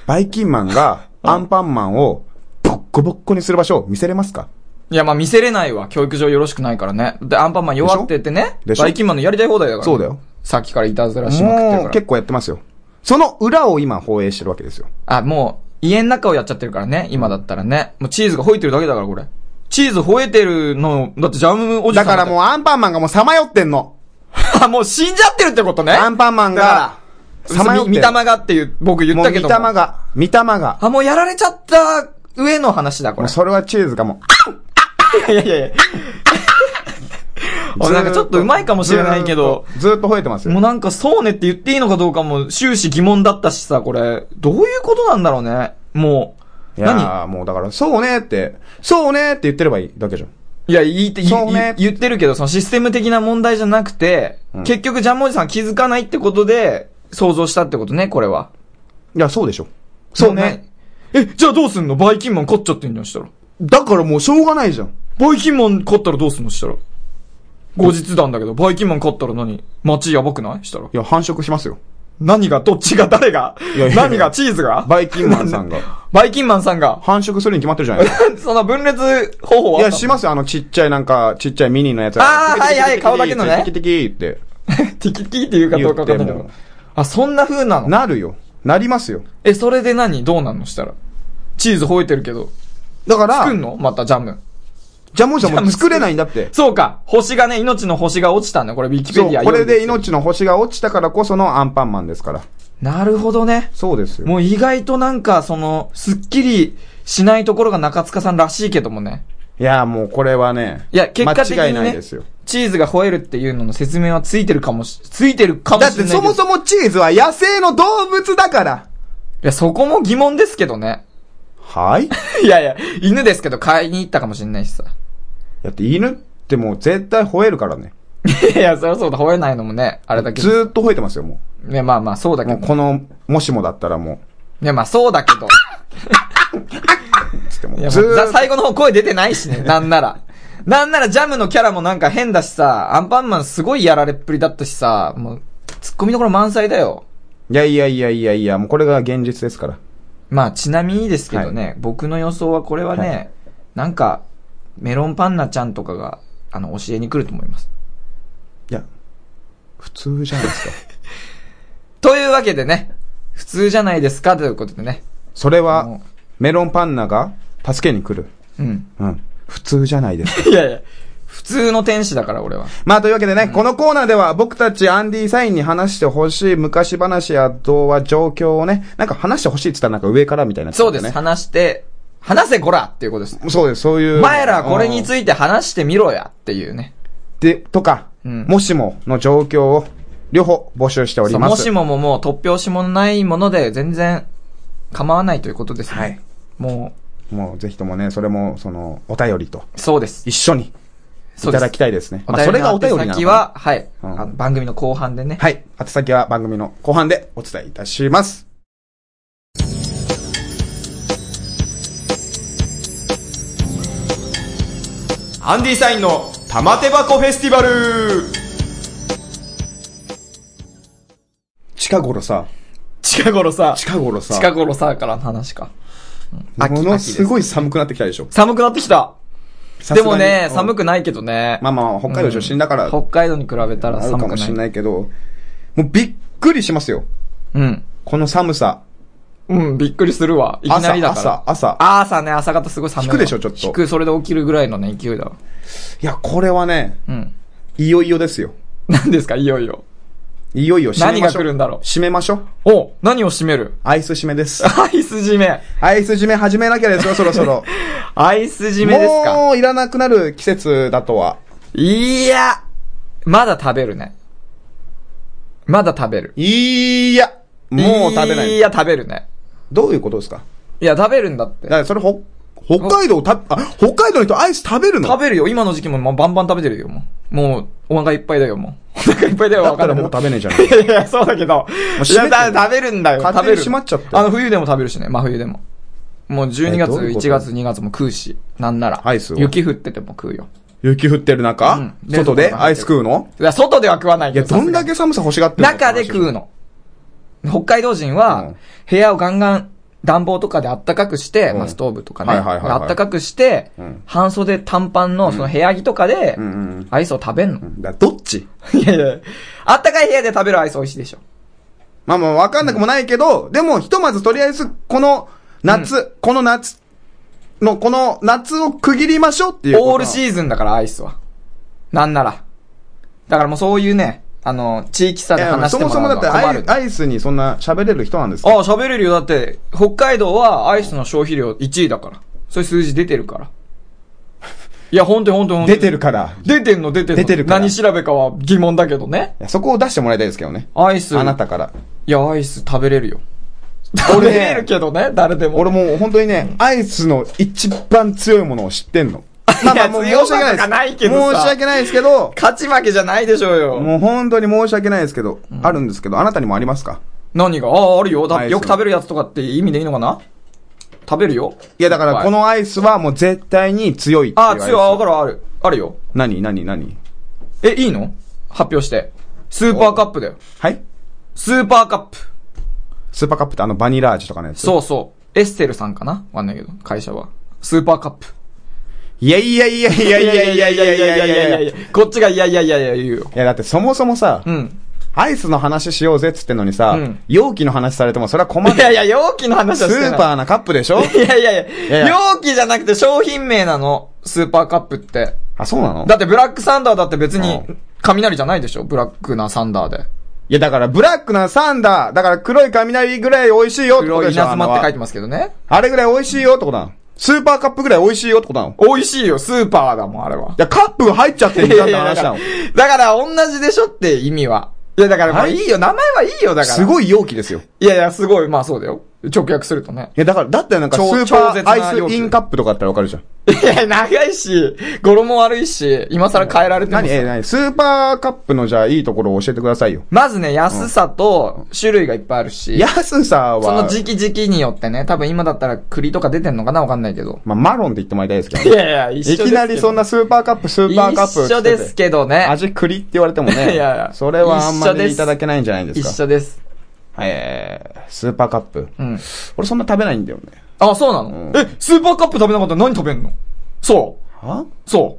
S1: バイキンマン
S2: [laughs]
S1: が、アンパンマンを、ボッコボッコにする場所を見せれますか
S2: いや、まあ見せれないわ。教育上よろしくないからね。で、アンパンマン弱っててね。
S1: でしょ
S2: バイキンマンのやりたい放題だから。
S1: そうだよ。
S2: さっきからいたずらしまくってる
S1: も
S2: か
S1: う、
S2: ら
S1: 結。構やってますよ。その裏を今放映してるわけですよ。
S2: あ、もう、家の中をやっちゃってるからね、今だったらね。もうチーズが吠えてるだけだから、これ。チーズ吠えてるの、だってジャムおじさ
S1: だ
S2: ん
S1: からもう
S2: う、
S1: アンパンマンがもうさまよってんの。
S2: [laughs] あ、もう死んじゃってるってことね。
S1: アンパンマン
S2: だか
S1: が、彷
S2: ら、
S1: 徨って
S2: み、見たまがっていう、僕言
S1: も
S2: っ
S1: う
S2: たけ
S1: 見
S2: ども。
S1: たまが、見たまが。
S2: あ、もうやられちゃった上の話だ、こ
S1: もう
S2: れ。
S1: それはチーズがもう、
S2: いや
S1: [laughs]
S2: いやいや。あなんかちょっとうまいかもしれないけど、
S1: ずーっとずーっと吠えてます
S2: もう
S1: よ。
S2: なんかそうねって言っていいのかどうかも終始疑問だったしさ、これ。どういうことなんだろうね。もう。
S1: いや
S2: 何
S1: ーもうだから、そうねって、そうねって言ってればいいだけじゃん。
S2: いや、言って、い
S1: そうね
S2: い言ってるけど、そのシステム的な問題じゃなくて、
S1: うん
S2: 結局ジャムおじさんは気づかないってことで、想像したってことね、これは。
S1: いや、そうでしょ。そうね。。
S2: え、じゃあどうすんのバイキンマン勝っちゃってんじゃん、したら。
S1: だからもうしょうがないじゃん。
S2: バイキンマン勝ったらどうすんのしたら。後日談だけど、バイキンマン勝ったら何街やばくないしたら。
S1: いや、繁殖しますよ。
S2: 何が、どっちが、誰が
S1: いやいやいや
S2: 何が、チーズが
S1: バイキンマンさんが。
S2: [laughs] バイキンマンさんが。 [laughs]
S1: 繁殖するに決まってるじゃないですか。
S2: その分裂方法はい
S1: や、
S2: あった [laughs]
S1: しますよ。あの、ちっちゃいなんか、ちっちゃいミニのやつが
S2: あーはいはい顔だけのね
S1: テキテキテキって
S2: のテキテキっていうか
S1: 言
S2: どう
S1: っ
S2: かわか
S1: て
S2: んないけ
S1: も
S2: ど。あ、そんな風なの
S1: なるよ。なりますよ。
S2: え、それで何どうなんのしたら。チーズ吠えてるけど。
S1: だから、
S2: 作んのまたジャム。
S1: ジャムジャム作れないんだって。
S2: そうか。星がね、命の星が落ちたんだ。これ、ウィキペ
S1: そ
S2: ディア
S1: う、これで。命の星が落ちたからこそのアンパンマンですから。
S2: なるほどね。
S1: そうですよ。
S2: もう意外となんか、その、すっきりしないところが中塚さんらしいけどもね。
S1: いや、もうこれはね。
S2: いや、結果的に、ね、
S1: 間違いないですよ。
S2: チーズが吠えるっていうのの説明はついてるかもし、ついてるかも
S1: だっ
S2: しれ
S1: て
S2: ないけど。
S1: そもそ
S2: も。
S1: もチーズは野生の動物だから。
S2: いや、そこも疑問ですけどね。 [laughs]
S1: はい
S2: いやいや、犬ですけど買いに行ったかもしれないしさ。
S1: だって犬ってもう絶対吠えるからね。
S2: いや、そりゃそうだ、吠えないのもね、あれだけ
S1: ず
S2: ど。
S1: ーっと吠えてますよ、も
S2: ね、まあまあ、そうだ
S1: う。
S2: け
S1: もう
S2: ど。
S1: この、もしもだったらも
S2: ね、まあそうだけど。
S1: う、つっても
S2: いうや、
S1: ず
S2: まあ
S1: ー
S2: ざ
S1: っと。
S2: 最後の方声出てないし [laughs] ね、なんなら。なんならジャムのキャラもなんか変だしさ、アンパンマンすごいやられっぷりだったしさ、もう、ツッコミどころ満載だよ。
S1: いやいやいやいやいや、もうこれが現実ですから。
S2: まあ、ちなみにですけどね、僕の予想はこれはね、
S1: は
S2: なんか、メロンパンナちゃんとかが、あの、教えに来ると思います。
S1: いや、普通じゃない
S2: [laughs]
S1: ですか。
S2: というわけでね、普通じゃないですかということでね。
S1: それ
S2: あの
S1: は、メロンパンナが助けに来る。
S2: うん。
S1: うん。普通じゃないです [laughs] か。
S2: いやいや、普通の天使だから俺は。
S1: まあというわけでね、このコーナーでは僕たちアンディサインに話してほしい昔話や童話状況をね、なんか話してほしいって言ったらなんか上からみたいな、
S2: そうです、
S1: ね。
S2: 話して、話せこらっていうことです。
S1: そうです、そういう。
S2: 前らこれに
S1: い
S2: ついて話してみろやっていうね。
S1: て。とか、
S2: うん
S1: もしもの状況を両方募集しており
S2: そう
S1: ます。
S2: もしもももう突拍子もないもので全然構わないということですね。
S1: はい。
S2: も
S1: もうぜひともね、それも、その、お便りと
S2: う、そうです。
S1: 一緒にい
S2: そう
S1: た
S2: です
S1: だきたいですね。
S2: お
S1: まあ、そ
S2: 便
S1: れ
S2: り
S1: が
S2: の
S1: お便りなの
S2: 宛
S1: か
S2: 先
S1: な
S2: は、はい、
S1: うん
S2: あの番組の後半でね。
S1: はい。宛先は番組の後半でお伝えいたします。
S2: アンディサインの玉手箱フェスティバル
S1: 近頃さ、
S2: 近頃さ、
S1: 近頃さ、
S2: 近頃さからの話か。
S1: ものすごい寒くなってきたでしょ。
S2: 寒くなってきたでもね、寒
S1: く、
S2: くないけどね。
S1: まあまあ、北海道出身だから、
S2: うん北海道に比べたら
S1: あるか
S2: 寒く
S1: も
S2: な
S1: し
S2: い。
S1: れないけど、もうびっくりしますよ。
S2: うん。
S1: この寒さ。
S2: うん、びっくりするわ。いきなりだから。
S1: 朝朝
S2: 朝。朝ね、朝方すごい寒いわ。
S1: 引くでしょちょっと
S2: 引く、それで起きるぐらいのね、勢いだわ。
S1: いや、これはね、
S2: うん。 [laughs]
S1: いよいよですよ。
S2: 何ですか、いよいよ。
S1: いよいよ締めましょう。
S2: 何が来るんだろう
S1: 締めましょう。
S2: お何を閉める
S1: アイス締めです。 [laughs]
S2: アイス締め。
S1: アイス締め始めなきゃですよ、そろそろ。
S2: アイス [laughs] 締めですか。
S1: もういらなくなる季節だとは。
S2: いや、まだ食べるね。まだ食べる。
S1: いや、もう食べないい。
S2: や、食べるね。
S1: どういうことですか
S2: いや、食べるんだっ
S1: だか
S2: て。
S1: らそれ、ほ、北海道た、あ、北海道の人アイス食べるの
S2: 食べるよ。今の時期も、まバンバン食べてるよ、もう。もう、お腹いっぱいだよ、もう。お [laughs] 腹いっぱいだよ、
S1: だったらもう
S2: わかん
S1: 食べねえじゃない
S2: [laughs] ないけど。いや、そうだけど。
S1: う
S2: い
S1: 閉めて
S2: や、だ食べるんだよ。
S1: 勝手
S2: 食
S1: に
S2: べる。
S1: 閉まっちゃって
S2: あの、冬でも食べるしね。真冬でも。もう12
S1: え
S2: 月、
S1: どういうこと
S2: 1月、2月も食うし。なんなら。
S1: アイスを
S2: 雪降ってても食うよ。
S1: [laughs] 雪降ってる中、
S2: うん
S1: 外
S2: 冷
S1: で
S2: 蔵庫の中で
S1: アイス食うの
S2: いや、外では食わない
S1: い
S2: け
S1: や、
S2: ど。さ
S1: ど
S2: すがに
S1: んだけ寒さ欲しがってるの
S2: 中で食う。の。北海道人
S1: う
S2: は
S1: ん、
S2: 部屋をガンガン暖房とかで暖かくして、
S1: うん
S2: まあストーブとかね、
S1: はいはいはいはい
S2: 暖かくして、
S1: うん
S2: 半袖短パンのその部屋着とかで
S1: うんうん、
S2: アイスを食べんの。 [laughs]
S1: だからどっち
S2: いやいや、暖かい部屋で食べるアイス美味しいでしょ。
S1: まあまあ、わかんなくもないけど、でも、ひとまずとりあえず、この夏、この夏の、この夏を区切りましょうっていうことな。
S2: オールシーズンだからアイスは。なんなら。だからもうそういうね、あの、地域差
S1: い
S2: で
S1: やまあ
S2: 話し
S1: そ
S2: て
S1: も
S2: も
S1: そも
S2: らう
S1: だっ
S2: の
S1: て
S2: は
S1: ア
S2: 困
S1: イ
S2: る。
S1: アイスにそんな喋れる人なんですか
S2: ああ、喋れるよ。だって、北海道はアイスの消費量1位だから。そういう数字出てる
S1: [laughs]
S2: から。いや、ほんとにほんとにほんと
S1: 出
S2: に
S1: てるから。い
S2: 出てんの出てんの
S1: 出てるから
S2: 何調べかは疑問だけどね。
S1: やそこを出してもらいたいですけどね。
S2: アイス。
S1: あなたから。
S2: いや、アイス食べれるよ。食
S1: [laughs] 俺ね
S2: べれるけどね、誰でも。
S1: 俺もう本当にね、アイスの一番強いものを知って
S2: [laughs]
S1: んの。まあまあ、もう申し訳ない
S2: 強さ
S1: で
S2: と
S1: す。
S2: かないけど
S1: 申
S2: さ
S1: し訳ないですけ
S2: [laughs]
S1: ど、
S2: 勝ち負けじゃないでしょうよ。
S1: もう本当に申し訳ないですけど、あるんですけど、あなたにもありますか
S2: 何がああ、あるよ。だっ
S1: アイ
S2: て
S1: ス
S2: よく食べるやつとかって意味でいいのかな食べるよ。
S1: いやだからこ
S2: はい、
S1: のアイスはもう絶対に強いっていう
S2: あ
S1: ア
S2: あ、
S1: イス。
S2: 強い。あ、わかるある。あるよ。
S1: 何何何
S2: え、いいの発表して。スーパーカップだよ。
S1: はい
S2: スーパーカップ。
S1: スーパーカップってあのバニラ味とかのやつ。う。
S2: そうそう。エッセルさんかなわかんないけど、会社は。スーパーカップ。
S1: いやいやいやいやいやいやいやいやいやいやいやいやいやい
S2: こっちがいやいやいやいや言うよ。
S1: やだってそもそもさ
S2: う、ん。
S1: アイスの話しようぜっつってんのにさ、
S2: うん
S1: 容器の話されてもそれは困
S2: いや
S1: る。
S2: いや、容器の話
S1: ス
S2: はしてない。
S1: ーパーなカップでしょ
S2: いやいや
S1: や
S2: いや
S1: いや
S2: 容器じゃなくて商品名なの。スーパーカップって。
S1: あ、そうなの
S2: だってブラックサンダーだって別に
S1: う
S2: 雷じゃないでしょブラックなサンダーで。
S1: いや、だから、ブラックなサンダー、だから黒い雷ぐらい美味しいよってこと
S2: 黒い
S1: でしょ
S2: 稲妻って書いて
S1: あの
S2: ますけどね。
S1: あれぐらい美味しいよってことなの。スーパーカップぐらい美味しいよってことなの。い
S2: 美味しいよ、スーパーだもん、あれは。
S1: や、カップ入っちゃってるみたいな話
S2: だ
S1: なの。
S2: から、だから同じでしょって意味は。いや、だからもういいよ、名前はいいよ、だから。
S1: すごい容器ですよ。い
S2: いやいや、すごい、まあそうだよ。直訳するとね。
S1: や、だから、だってなんかス
S2: 超
S1: ーパ
S2: 超絶
S1: ー
S2: な
S1: アイスインカップとかあったらわかるじゃん。
S2: いや、長いし、語呂も悪いし、今更変えられても
S1: 何え、何スーパーカップのじゃあいいところを教えてくださいよ。
S2: まずね、安さと種類がいっぱいあるし、
S1: 安さは、
S2: その時期時期によってね、多分今だったら栗とか出てんのかなわかんないけど。
S1: まあ、マロンって言ってもらいたいですけどね。
S2: いやいや、一
S1: い
S2: 緒ですけど
S1: きなりそんなスーパーカップ、スーパーカップっつってて。
S2: 一緒ですけどね。
S1: 味栗って言われてもね。
S2: いやいや
S1: それはあんま
S2: 一緒で
S1: り
S2: す
S1: いただけないんじゃないです
S2: 一
S1: か。
S2: 緒です。
S1: えー、スーパーカップ。
S2: うん。
S1: 俺そんな食べないんだよね。
S2: あ、そうなの、
S1: うん
S2: え、スーパーカップ食べなかったら何食べんのそう。
S1: は
S2: そ。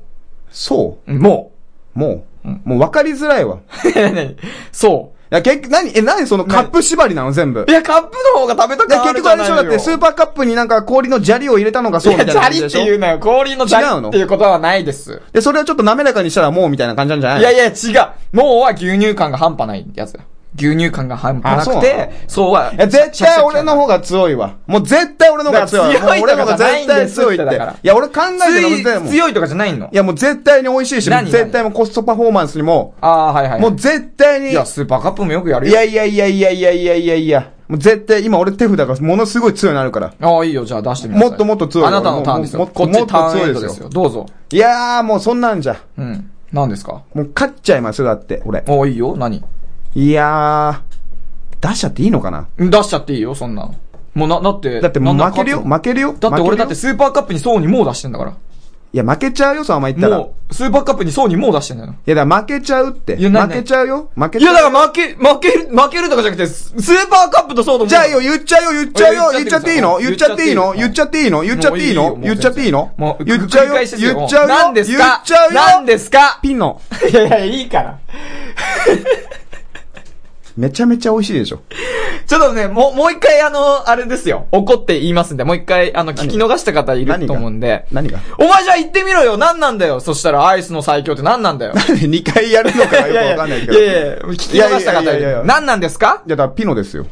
S1: そう
S2: も。
S1: うもう、もう分かりづらいわ。いう
S2: 何そ
S1: や、結局、何、え、何そのカップ縛りなの全部
S2: う。い。や、カップの方が食べた
S1: で
S2: くな
S1: 結局
S2: るじゃ
S1: あれ
S2: な
S1: で
S2: い
S1: しょ
S2: よ
S1: だってスーパーカップになんか氷の砂利を入れたのがそうみ
S2: い
S1: た
S2: や、
S1: いな
S2: 砂
S1: 感じ
S2: 利
S1: で
S2: っ
S1: しょ
S2: て言うなよ。氷の砂
S1: 違う
S2: 利
S1: の
S2: っていうことはないです。
S1: で、それをちょっと滑らかにしたらもうみたいな感じなんじゃない
S2: い
S1: の
S2: やいや、違う。もうは牛乳感が半端ないやつだ。牛乳感が半端なくて、そうは。
S1: いや、絶対俺の方が強いわ。もう絶対俺の方が強い
S2: だ
S1: わ。
S2: から強い
S1: もう俺の方が絶対強いって。
S2: とかじゃないんですってだから
S1: いや、俺考えてる
S2: 強
S1: も
S2: い、
S1: う。
S2: 強いとかじゃないの
S1: いや、もう絶対に美味しいし、
S2: 何何
S1: 絶対もコストパフォーマンスにも、
S2: ああ、はいはい。
S1: もう絶対に、
S2: いや、スーパーカップもよくやる
S1: い
S2: よ。
S1: やいやいやいやいやいやいやいや、もう絶対今俺手札がものすごい強いのあるから。
S2: ああ、いいよ、じゃあ出してみなさい
S1: もっともっと強いよ
S2: あなたのターンです
S1: も
S2: よ。
S1: うもっと
S2: こ
S1: も
S2: っ
S1: っ
S2: ち
S1: と
S2: ターン
S1: 強
S2: エ
S1: いで
S2: イト
S1: すよ
S2: ですよ。どうぞ。
S1: いやーもうそんなんじゃ。
S2: うん。何ですか
S1: もう勝っちゃいますよ、だって、俺。
S2: ああ、いいよ、何
S1: いやー、出しちゃっていいのかな
S2: 出しちゃっていいよ、そんなの。もうな、だって。
S1: だって
S2: なん
S1: 負けるよ、
S2: 勝つの
S1: 負けるよ。
S2: だって俺だっ
S1: 負け
S2: て
S1: るよ
S2: スーパーカップにそうにもう出してんだか
S1: いや、負けちゃうよ、そのまま言った
S2: ら。
S1: ら。い
S2: もう、スーパーカップにそうにもう出してんだよ。
S1: や、だから負けちゃうって。
S2: いやない
S1: 負けちゃうよ、負け
S2: い
S1: ちゃ
S2: や、
S1: う。
S2: だから負け、負ける、負けるとかじゃなくて、ススーパーカップとそうとも。
S1: じゃあいいよ、言っちゃうよ、言っちゃうよ、
S2: いや
S1: 言っ
S2: 言っ
S1: ち
S2: ち
S1: ゃ
S2: ゃ
S1: っ
S2: ってて
S1: いいの言っ
S2: く
S1: ちゃ
S2: だ
S1: っていいの
S2: さい
S1: 言っちゃっていいの言っちゃっていいの
S2: もう
S1: 言っちゃっていいの
S2: もう、
S1: 言っちゃうよ、
S2: 繰り返しですよ
S1: 言っちゃうよ、
S2: 何ですか
S1: 言っちゃうよ、
S2: 何で
S1: [laughs]
S2: すか
S1: ピノ。
S2: いやいや、いいから。
S1: めちゃめちゃ美味しいでしょ。
S2: ちょっとね、もう、もう一回あの、あれですよ。怒って言いますんで、もう一回、あの、聞き逃した方い
S1: 何
S2: る
S1: が
S2: と思うんで。
S1: 何 [laughs] が
S2: お前じゃあ言ってみろよ何なんだよそしたらアイスの最強って何なんだよ
S1: 2回やるのかよくわかんないけど。
S2: いやいや、聞き逃した方い
S1: いやいやいやいや
S2: る。何なんですか
S1: いや、だからピノですよ。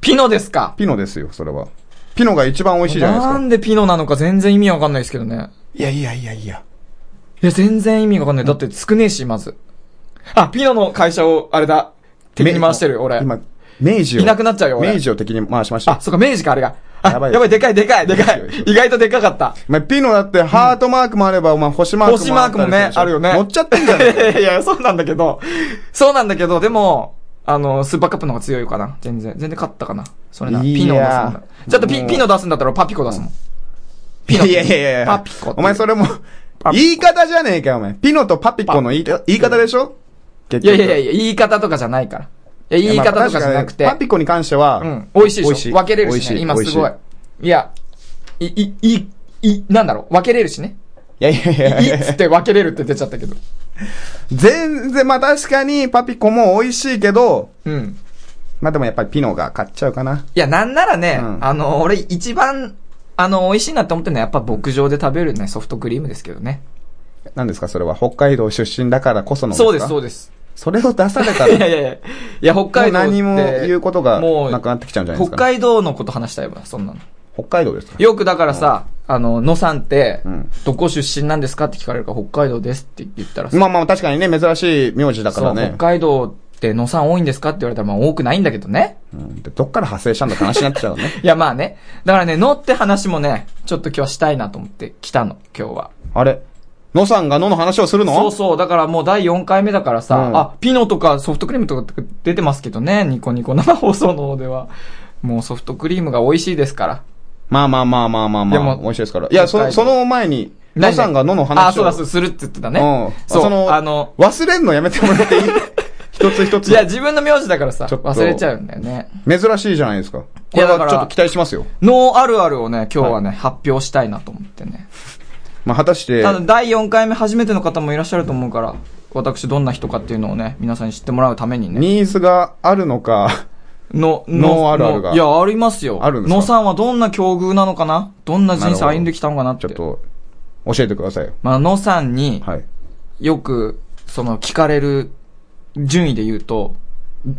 S2: ピノですか
S1: ピノですよ、それは。ピノが一番美味しいじゃないです
S2: な
S1: か。
S2: んでピノなのか全然意味わかんないですけどね。
S1: いやいやいやいや。
S2: いや、全然意味わかんない。だって少ねえし、まず。あ、ピノの会社を、あれだ、敵に回してる、俺。
S1: 今、明治を。
S2: いなくなっちゃうよ俺
S1: 明治を敵に回しました
S2: あ、
S1: よ。
S2: そっか、明治か、あれが。あ、
S1: やば
S2: やば
S1: い
S2: い、
S1: よ
S2: でかい、でかい、でかい
S1: よいしょ。
S2: 意外とでかかった。
S1: お前ピノだってハートマークもあれば、お前星マークもあったり
S2: 星マークもね、
S1: す
S2: あ
S1: でしょ
S2: るよね。
S1: 乗っちゃってんじゃん。
S2: い [laughs] やいや、そうなんだけど。そうなんだけど、でも、あの、スーパーカップの方が強いかな。全然。全然勝ったかな。それな。
S1: いやー
S2: ピノを出すんだ。ちょっと
S1: も
S2: ピ、
S1: う
S2: ピノ出すんだったらパピコ出すもん。ピノ。
S1: いやいやいやいや。
S2: パピコ。
S1: お前それも、言い方じゃねえかよ、お前。ピノとパピコの言い言い方でしょ結
S2: いやいやいやいや、言い方とかじゃないから。いや、言い方とかじゃなくて。
S1: まあ確かにパピコに関しては、
S2: うん。美味しいでしょ。分けれ
S1: 美
S2: る
S1: 味
S2: し
S1: し
S2: ね。今すごい
S1: 美。
S2: いや、い、い、い、い、なんだろう。分けれるしね。
S1: 味しいいやいやい
S2: い
S1: や
S2: っ
S1: い
S2: つ
S1: や
S2: っ。て分けれるって出ちゃったけど。
S1: 全然、まあ確かにパピコも美味しいけど、
S2: うん。
S1: まあでもやっぱりピノが買っちゃうかな。
S2: いや、なんならね、
S1: うん
S2: あの、俺一番、あの、美味しいなって思ってるのはやっぱ牧場で食べるね、ソフトクリームですけどね。
S1: 何ですかそれは北海道出身だからこその
S2: そうです、そううです。
S1: それを出された
S2: いや
S1: ら、
S2: [laughs] いやいや。いや、北海道っ
S1: も
S2: て。
S1: う何も言うことが
S2: もう
S1: なくなってきちゃうんじゃないですか
S2: 北海道のこと話したいわ、そんなの。
S1: 北海道ですか
S2: よくだからさ、あの、野さんって、
S1: ん
S2: どこ出身なんですかって聞かれるから、北海道ですって言ったらさ、
S1: まあまあ確かにね、珍しい名字だか
S2: そ
S1: ら
S2: う、
S1: ね
S2: 北。海道って野さん多いんですかって言われたら、まあ多くないんだけどね。
S1: うんでどっから派生したんだって話になっちゃうね。 [laughs]
S2: いや、まあね。だからね、野って話もね、ちょっと今日はしたいなと思って来たの、今日は。
S1: あれ野さんが野の話をするの
S2: そうそう。だからもう第4回目だからさ、
S1: うん
S2: あ、ピノとかソフトクリームとか出てますけどね、ニコニコ生放送の方では。もうソフトクリームが美味しいですから。
S1: まあまあまあまあまあまあ。
S2: でも
S1: 美味しいですから。いや、その、
S2: 北海道
S1: その前に、野さんが野の話を。
S2: あ、そうだ、そうするって言ってたね。
S1: うん。
S2: そう、
S1: の、
S2: あの、
S1: 忘れんのやめてもら
S2: [laughs]
S1: っていい一つ一つ。
S2: いや、自分の名字だからさ、
S1: ちょっと
S2: 忘れちゃうんだよね。
S1: 珍しいじゃないですか。こ
S2: い
S1: れ
S2: やだ
S1: は
S2: から
S1: ちょっと期待しますよ。
S2: ノーあるあるをね、今日はね、発表したいなと思ってね。
S1: まあ、果たして
S2: た、だ、第4回目初めての方もいらっしゃると思うから、私どんな人かっていうのをね、皆さんに知ってもらうためにね。
S1: ニーズがあるのか、
S2: の、
S1: のあるあるが
S2: のいや、ありますよ。
S1: あるんですか
S2: のさんはどんな境遇なのかなどんな人生
S1: なるほど
S2: 歩んできたのかなっ
S1: ち
S2: て。
S1: ょっと、教えてくださいよ。
S2: まあ、のさんに、
S1: はい。
S2: よく、その、聞かれる順位で言うと、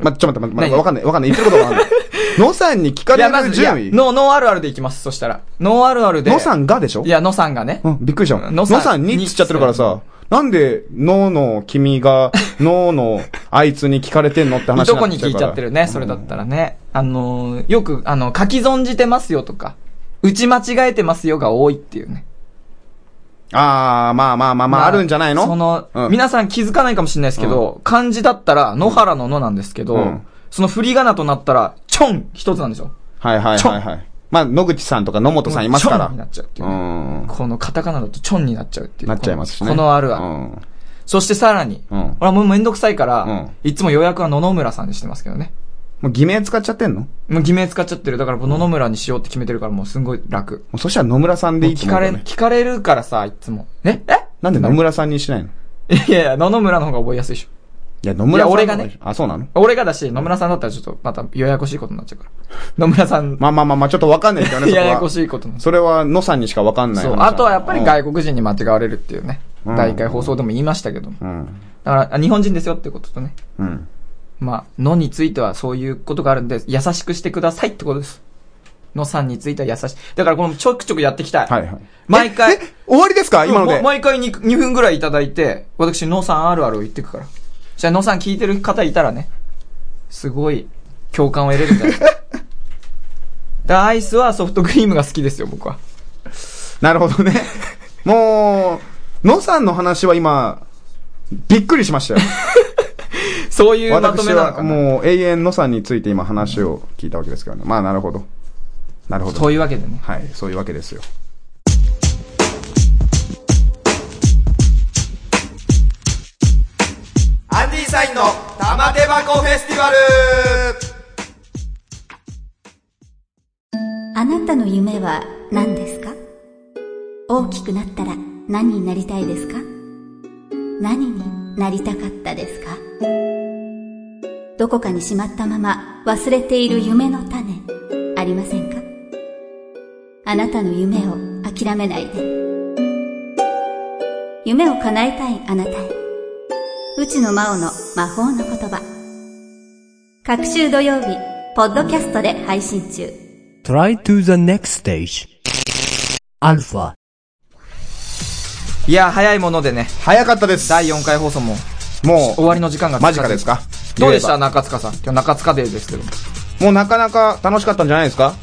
S1: ま、ちょ、待って、待って、
S2: 何
S1: わかんない、わかんない。言ってること
S2: [laughs]
S1: がわかんない。野さんに聞か
S2: い
S1: れ
S2: や、ま
S1: る
S2: ず、いや
S1: 順位
S2: の、のあるあるでいきます、そしたら。のあるあるで。
S1: 野さんがでしょ
S2: いや、のさんがね。
S1: うん、びっくりした。
S2: の
S1: の
S2: さん
S1: さんにっつっちゃってるからさ、なんで、のの君
S2: [laughs]
S1: が、ののあいつに聞かれてんのって話
S2: ど
S1: にな
S2: こ
S1: っ
S2: に
S1: ちゃ
S2: 聞
S1: う
S2: い
S1: か
S2: ち
S1: ら
S2: ゃってるね、それだったらね。あのー、よく、あの、書き損じてますよとか、打ち間違えてますよが多いっていうね。
S1: あー、まあまあまあまあ、あるんじゃないの
S2: その、
S1: うん
S2: 皆さん気づかないかもしれないですけど、漢字だったら、野原の野なんですけど、
S1: うん
S2: その振り仮名となったら、チョン一つなんですよ。
S1: はいはいはいはい。まあ、野口さんとか野本さんいますか
S2: チョンにな
S1: ら。
S2: っちゃうっていううね、
S1: ん。
S2: このカタカナだとチョンになっちゃうっていう。
S1: なっちゃいますしね。
S2: このこのあるある。
S1: うん
S2: そしてさらに、
S1: うん
S2: 俺はもうめんどくさいから、
S1: うん
S2: いつも予約は野々村さんにしてますけどね。
S1: もう偽名使っちゃってんのも
S2: もう偽名使っちゃってる。だからもう野々村にしようって決めてるからもうすんごい楽。
S1: うそしたら野村さんでいいと
S2: 聞
S1: 思う
S2: か
S1: んだ
S2: れ、
S1: よね。
S2: 聞かれるからさ、いつも。ええ
S1: なんで野村さんにしないのい
S2: いやいや、野々村の方が覚えやすいでしょ。
S1: や、野村さんの方。
S2: いや俺がね
S1: あ、そうなの
S2: 俺がだし、野村さんだったらちょっとまたややこしいことになっちゃう
S1: [laughs]
S2: から。野村さん、
S1: まあまあまあまあ、ちょっとわかんないですよね、そこ
S2: や
S1: は。
S2: やこ [laughs] しいことになっちゃ
S1: それは野さんにしかわかん
S2: う。
S1: ない
S2: そ
S1: 話
S2: う。
S1: だ。
S2: あとはやっぱり外
S1: 国。
S2: 国人に間違われるっていうね。
S1: うん
S2: 第1回放送でも言いましたけども。
S1: うん。
S2: だから、あ日本人ですよってこととね。
S1: うん。
S2: まあ、のについてはそういうことがあるんで、優しくしてくださいってことです。のさんについては優しい。だからこのちょくちょくやっていきたい。
S1: はいはい。
S2: 毎回
S1: え、え終わりですか今の
S2: も
S1: で
S2: う。毎回 2, 2分ぐらいいただいて、私、のさんあるあるを言ってくから。じゃあ、のさん聞いてる方いたらね、すごい共感を得
S1: [laughs]
S2: れるんじゃないかだからアイスはソフトクリームが好きですよ、僕は。
S1: なるほ
S2: [laughs]
S1: どね。もう、野さんの話は今、びっくりしましたよ。
S2: そういう [laughs] まと
S1: 私
S2: めなの
S1: は
S2: かな。
S1: もう永遠野さんについて今話を聞いたわけですからね。まあなるほど。なるほ
S2: と
S1: ど。
S2: いうわけでね。
S1: はい、そういうわけですよ。
S2: アンディサインの玉手箱フェスティバル
S7: あなたの夢は何ですか大きくなったら何になりたいですか何になりたかったですかどこかにしまったまま忘れている夢の種ありませんかあなたの夢を諦めないで夢を叶えたいあなたへ内野真央の魔法の言葉各週土曜日ポッドキャストで配信中
S4: Try to the next stage. Alpha.
S2: いや、早いものでね、
S1: 早かったです。
S2: 第4回放送も
S1: もう、
S2: 終わりの時間が
S1: 間近ですか
S2: どうでした
S1: 言え
S2: 中塚さん。今日中塚デーですけど。
S1: ばもうなかなか楽しかったんじゃないですか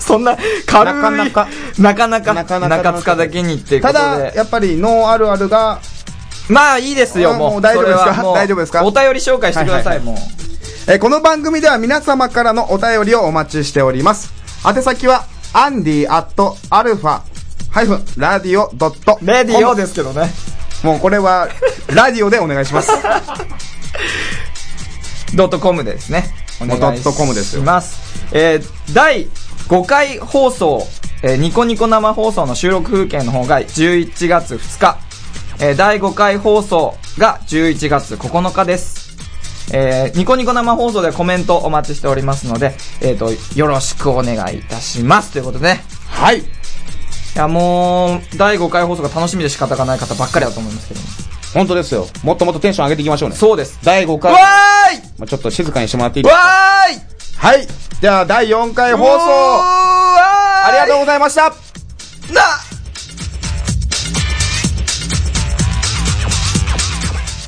S2: そんな、軽い。
S1: なかなか。
S2: なかなか。
S1: なかなか
S2: 中塚だけにっていうこ
S1: た
S2: とで。
S1: だ、やっぱりノーあるあるが、
S2: まあいいですよ、
S1: あ
S2: もう。
S1: もう大丈夫ですか
S2: それはもう
S1: 大丈夫ですか
S2: お便り紹介してくださ、
S1: はいいは
S2: もう。
S1: えーこの番組では皆様からのお便りをお待ちしております。宛先は、アンディアットアルファ、ハイフン、ラディオドット。
S2: レディオですけどね。
S1: もうこれ
S2: [laughs]
S1: は、ラディオでお願いします。
S2: ドットコムですね。お願いし
S1: もうドットコムですよ
S2: ます。えー、第5回放送、えーニコニコ生放送の収録風景の方が11月2日。えー第5回放送が11月9日です。えーニコニコ生放送ではコメントお待ちしておりますので、えっ、と、よろしくお願いいたします。ということでね。
S1: はい。
S2: いや、もう、第5回放送が楽しみで仕方がない方ばっかりだと思いますけども。
S1: 本当ですよ。もっともっとテンション上げていきましょうね。
S2: そうです。
S1: 第5
S2: わ
S1: 回。
S2: ーい
S1: まあ、ちょっと静かにしてもらっていい
S2: わ
S1: ですか
S2: ーい
S1: はい。では、第4回放
S2: う
S1: 送、
S2: わー
S1: ありがとう
S2: う
S1: ございました。
S2: な